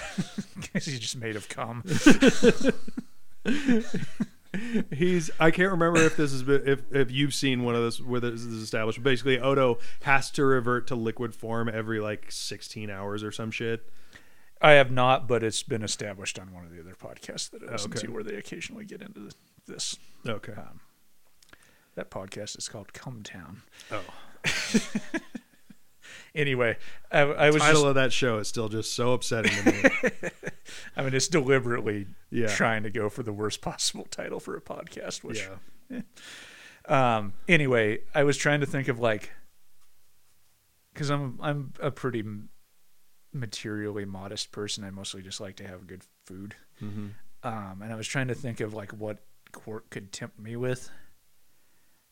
Speaker 2: because he's just made of cum.
Speaker 1: He's I can't remember if this is if if you've seen one of those where this is established. Basically Odo has to revert to liquid form every like 16 hours or some shit.
Speaker 2: I have not, but it's been established on one of the other podcasts that I listen
Speaker 1: Okay.
Speaker 2: to where they occasionally get into th- this.
Speaker 1: Okay.
Speaker 2: Um, that podcast is called Cum Town.
Speaker 1: Oh.
Speaker 2: Anyway, I, I was
Speaker 1: Title
Speaker 2: just,
Speaker 1: of that show is still just so upsetting to me.
Speaker 2: I mean, it's deliberately
Speaker 1: Yeah.
Speaker 2: trying to go for the worst possible title for a podcast, which
Speaker 1: yeah.
Speaker 2: um anyway i was trying to think of like because i'm i'm a pretty m- materially modest person i mostly just like to have good food
Speaker 1: Mm-hmm.
Speaker 2: um and i was trying to think of like what quark could tempt me with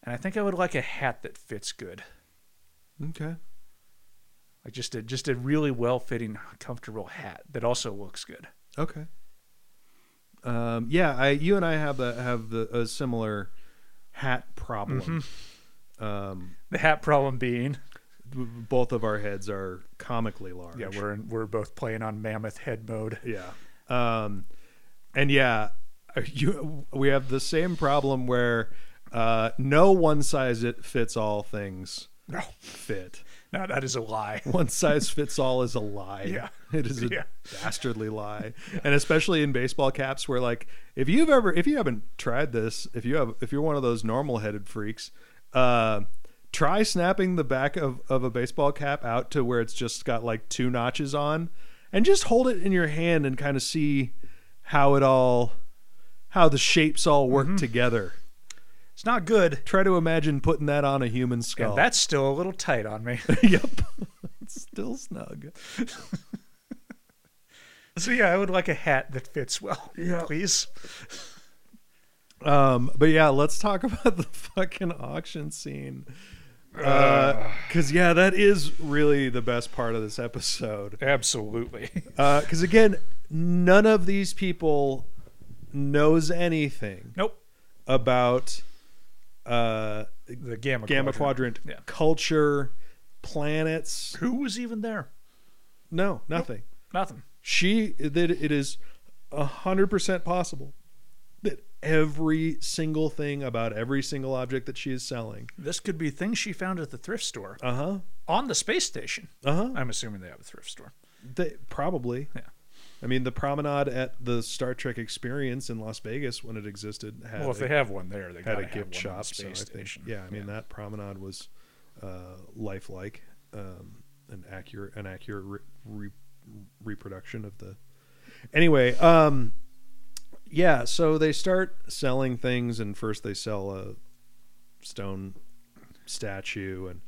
Speaker 2: and i think i would like a hat that fits good
Speaker 1: Okay.
Speaker 2: like just a just a really well-fitting comfortable hat that also looks good
Speaker 1: Okay. Um, yeah, I you and I have the have the a similar hat problem.
Speaker 2: Mm-hmm.
Speaker 1: Um,
Speaker 2: the hat problem being
Speaker 1: b- both of our heads are comically large.
Speaker 2: yeah we're in, we're both playing on mammoth head mode
Speaker 1: Yeah. Um, and yeah, uh, you, we have the same problem where uh, no one size it fits all things
Speaker 2: no
Speaker 1: fit.
Speaker 2: no that is a lie
Speaker 1: One size fits all is a lie.
Speaker 2: Yeah.
Speaker 1: It is a
Speaker 2: Yeah.
Speaker 1: dastardly lie. And especially in baseball caps where like if you've ever if you haven't tried this, if you have if you're one of those normal headed freaks, uh try snapping the back of, of a baseball cap out to where it's just got like two notches on and just hold it in your hand and kind of see how it all how the shapes all work
Speaker 2: Mm-hmm.
Speaker 1: together.
Speaker 2: it's not good
Speaker 1: Try to imagine putting that on a human skull.
Speaker 2: and that's still a little tight on me
Speaker 1: yep. it's still snug.
Speaker 2: So yeah, I would like a hat that fits well.
Speaker 1: Yeah.
Speaker 2: Please.
Speaker 1: Um, but yeah, let's talk about the fucking auction scene. Because yeah, that is really the best part of this episode.
Speaker 2: Absolutely.
Speaker 1: Because again, none of these people knows anything
Speaker 2: Nope.
Speaker 1: about uh,
Speaker 2: The gamma
Speaker 1: Gamma Quadrant,
Speaker 2: Yeah.
Speaker 1: culture, planets.
Speaker 2: Who was even there?
Speaker 1: No, nothing.
Speaker 2: Nothing.
Speaker 1: She that it is a hundred percent possible that every single thing about every single object that she is selling.
Speaker 2: This could be things she found at the thrift store
Speaker 1: Uh huh.
Speaker 2: on the space station.
Speaker 1: Uh huh.
Speaker 2: I'm assuming they have a thrift store.
Speaker 1: They, probably.
Speaker 2: Uh-huh. Yeah.
Speaker 1: I mean, the promenade at the Star Trek Experience in Las Vegas when it existed had
Speaker 2: Well, if
Speaker 1: a,
Speaker 2: they have one there, they
Speaker 1: had
Speaker 2: gotta
Speaker 1: a gift
Speaker 2: have one on the
Speaker 1: shop. So I
Speaker 2: space
Speaker 1: think,
Speaker 2: station.
Speaker 1: yeah, I mean that promenade was uh, lifelike, um, an accurate, an accurate re- re- reproduction of the. Anyway, um, yeah, so they start selling things, and first they sell a stone statue, and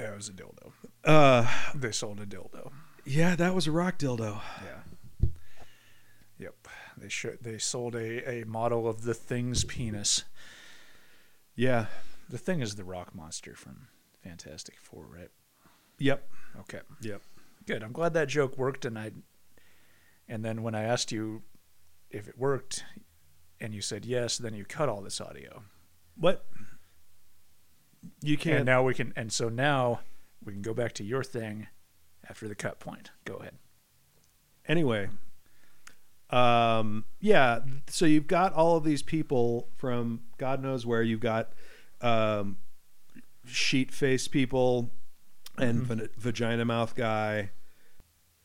Speaker 2: Yeah, it was a dildo.
Speaker 1: uh,
Speaker 2: They sold a dildo.
Speaker 1: yeah, that was a rock dildo.
Speaker 2: Yeah. Yep. They should. They sold a, a model of the thing's penis.
Speaker 1: Yeah.
Speaker 2: The thing is the rock monster from Fantastic Four, right?
Speaker 1: Yep.
Speaker 2: Okay.
Speaker 1: Yep.
Speaker 2: Good. I'm glad that joke worked, and I. And then when I asked you if it worked, and you said yes, then you cut all this audio.
Speaker 1: What? You
Speaker 2: And
Speaker 1: can't.
Speaker 2: now we can. And so now we can go back to your thing after the cut point. Go ahead.
Speaker 1: anyway. Um. Yeah. So you've got all of these people from God knows where. You've got um, sheet face people and van- vagina mouth guy.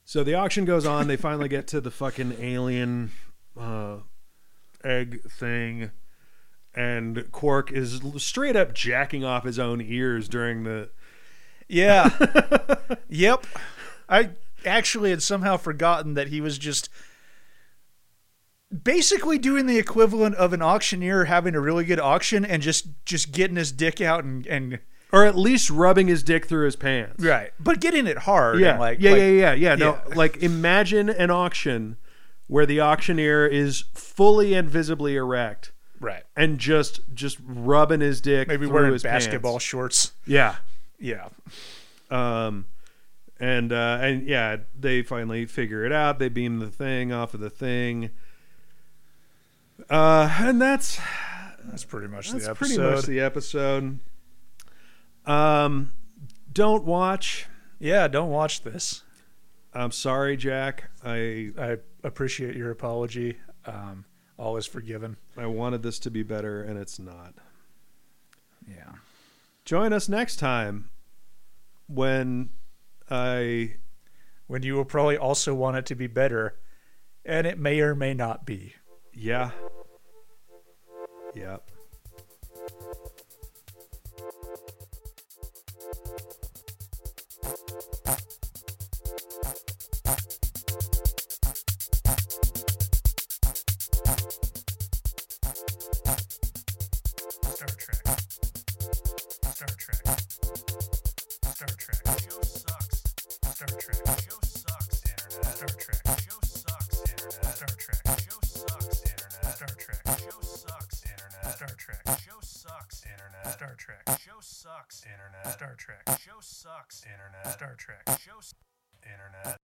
Speaker 1: So the auction goes on. They finally get to the fucking alien uh, egg thing, and Quark is l- straight up jacking off his own ears during the
Speaker 2: Yeah. yep. I actually had somehow forgotten that he was just basically doing the equivalent of an auctioneer having a really good auction and just just getting his dick out and and
Speaker 1: or at least rubbing his dick through his pants.
Speaker 2: right, but getting it hard.
Speaker 1: Yeah.
Speaker 2: And like
Speaker 1: yeah,
Speaker 2: like-
Speaker 1: yeah, yeah, yeah. No,
Speaker 2: yeah.
Speaker 1: like imagine an auction where the auctioneer is fully and visibly erect
Speaker 2: Right.
Speaker 1: and just just rubbing his dick
Speaker 2: Maybe
Speaker 1: through
Speaker 2: wearing
Speaker 1: his
Speaker 2: basketball shorts.
Speaker 1: pants.
Speaker 2: Yeah.
Speaker 1: yeah um and uh and yeah they finally figure it out they beam the thing off of the thing uh and that's
Speaker 2: That's pretty much
Speaker 1: that's
Speaker 2: the episode.
Speaker 1: pretty much the episode um don't watch
Speaker 2: yeah, don't watch this.
Speaker 1: i'm sorry jack i
Speaker 2: I appreciate your apology. Um, all is forgiven.
Speaker 1: I wanted this to be better, and it's not.
Speaker 2: Yeah.
Speaker 1: Join us next time when I.
Speaker 2: When you will probably also want it to be better, and it may or may not be.
Speaker 1: Yeah. Yep.
Speaker 4: Star Trek. Star Trek. Star Trek. Show sucks. Star Trek. Show sucks. Internet. Star Trek. Show sucks. Internet. Star Trek. Show sucks. Internet. Star Trek. Show sucks. Internet. Star Trek. Show sucks. Internet. Star Trek. Show sucks. Internet. Star Trek. Show sucks. Internet. Star Trek. Show. Internet.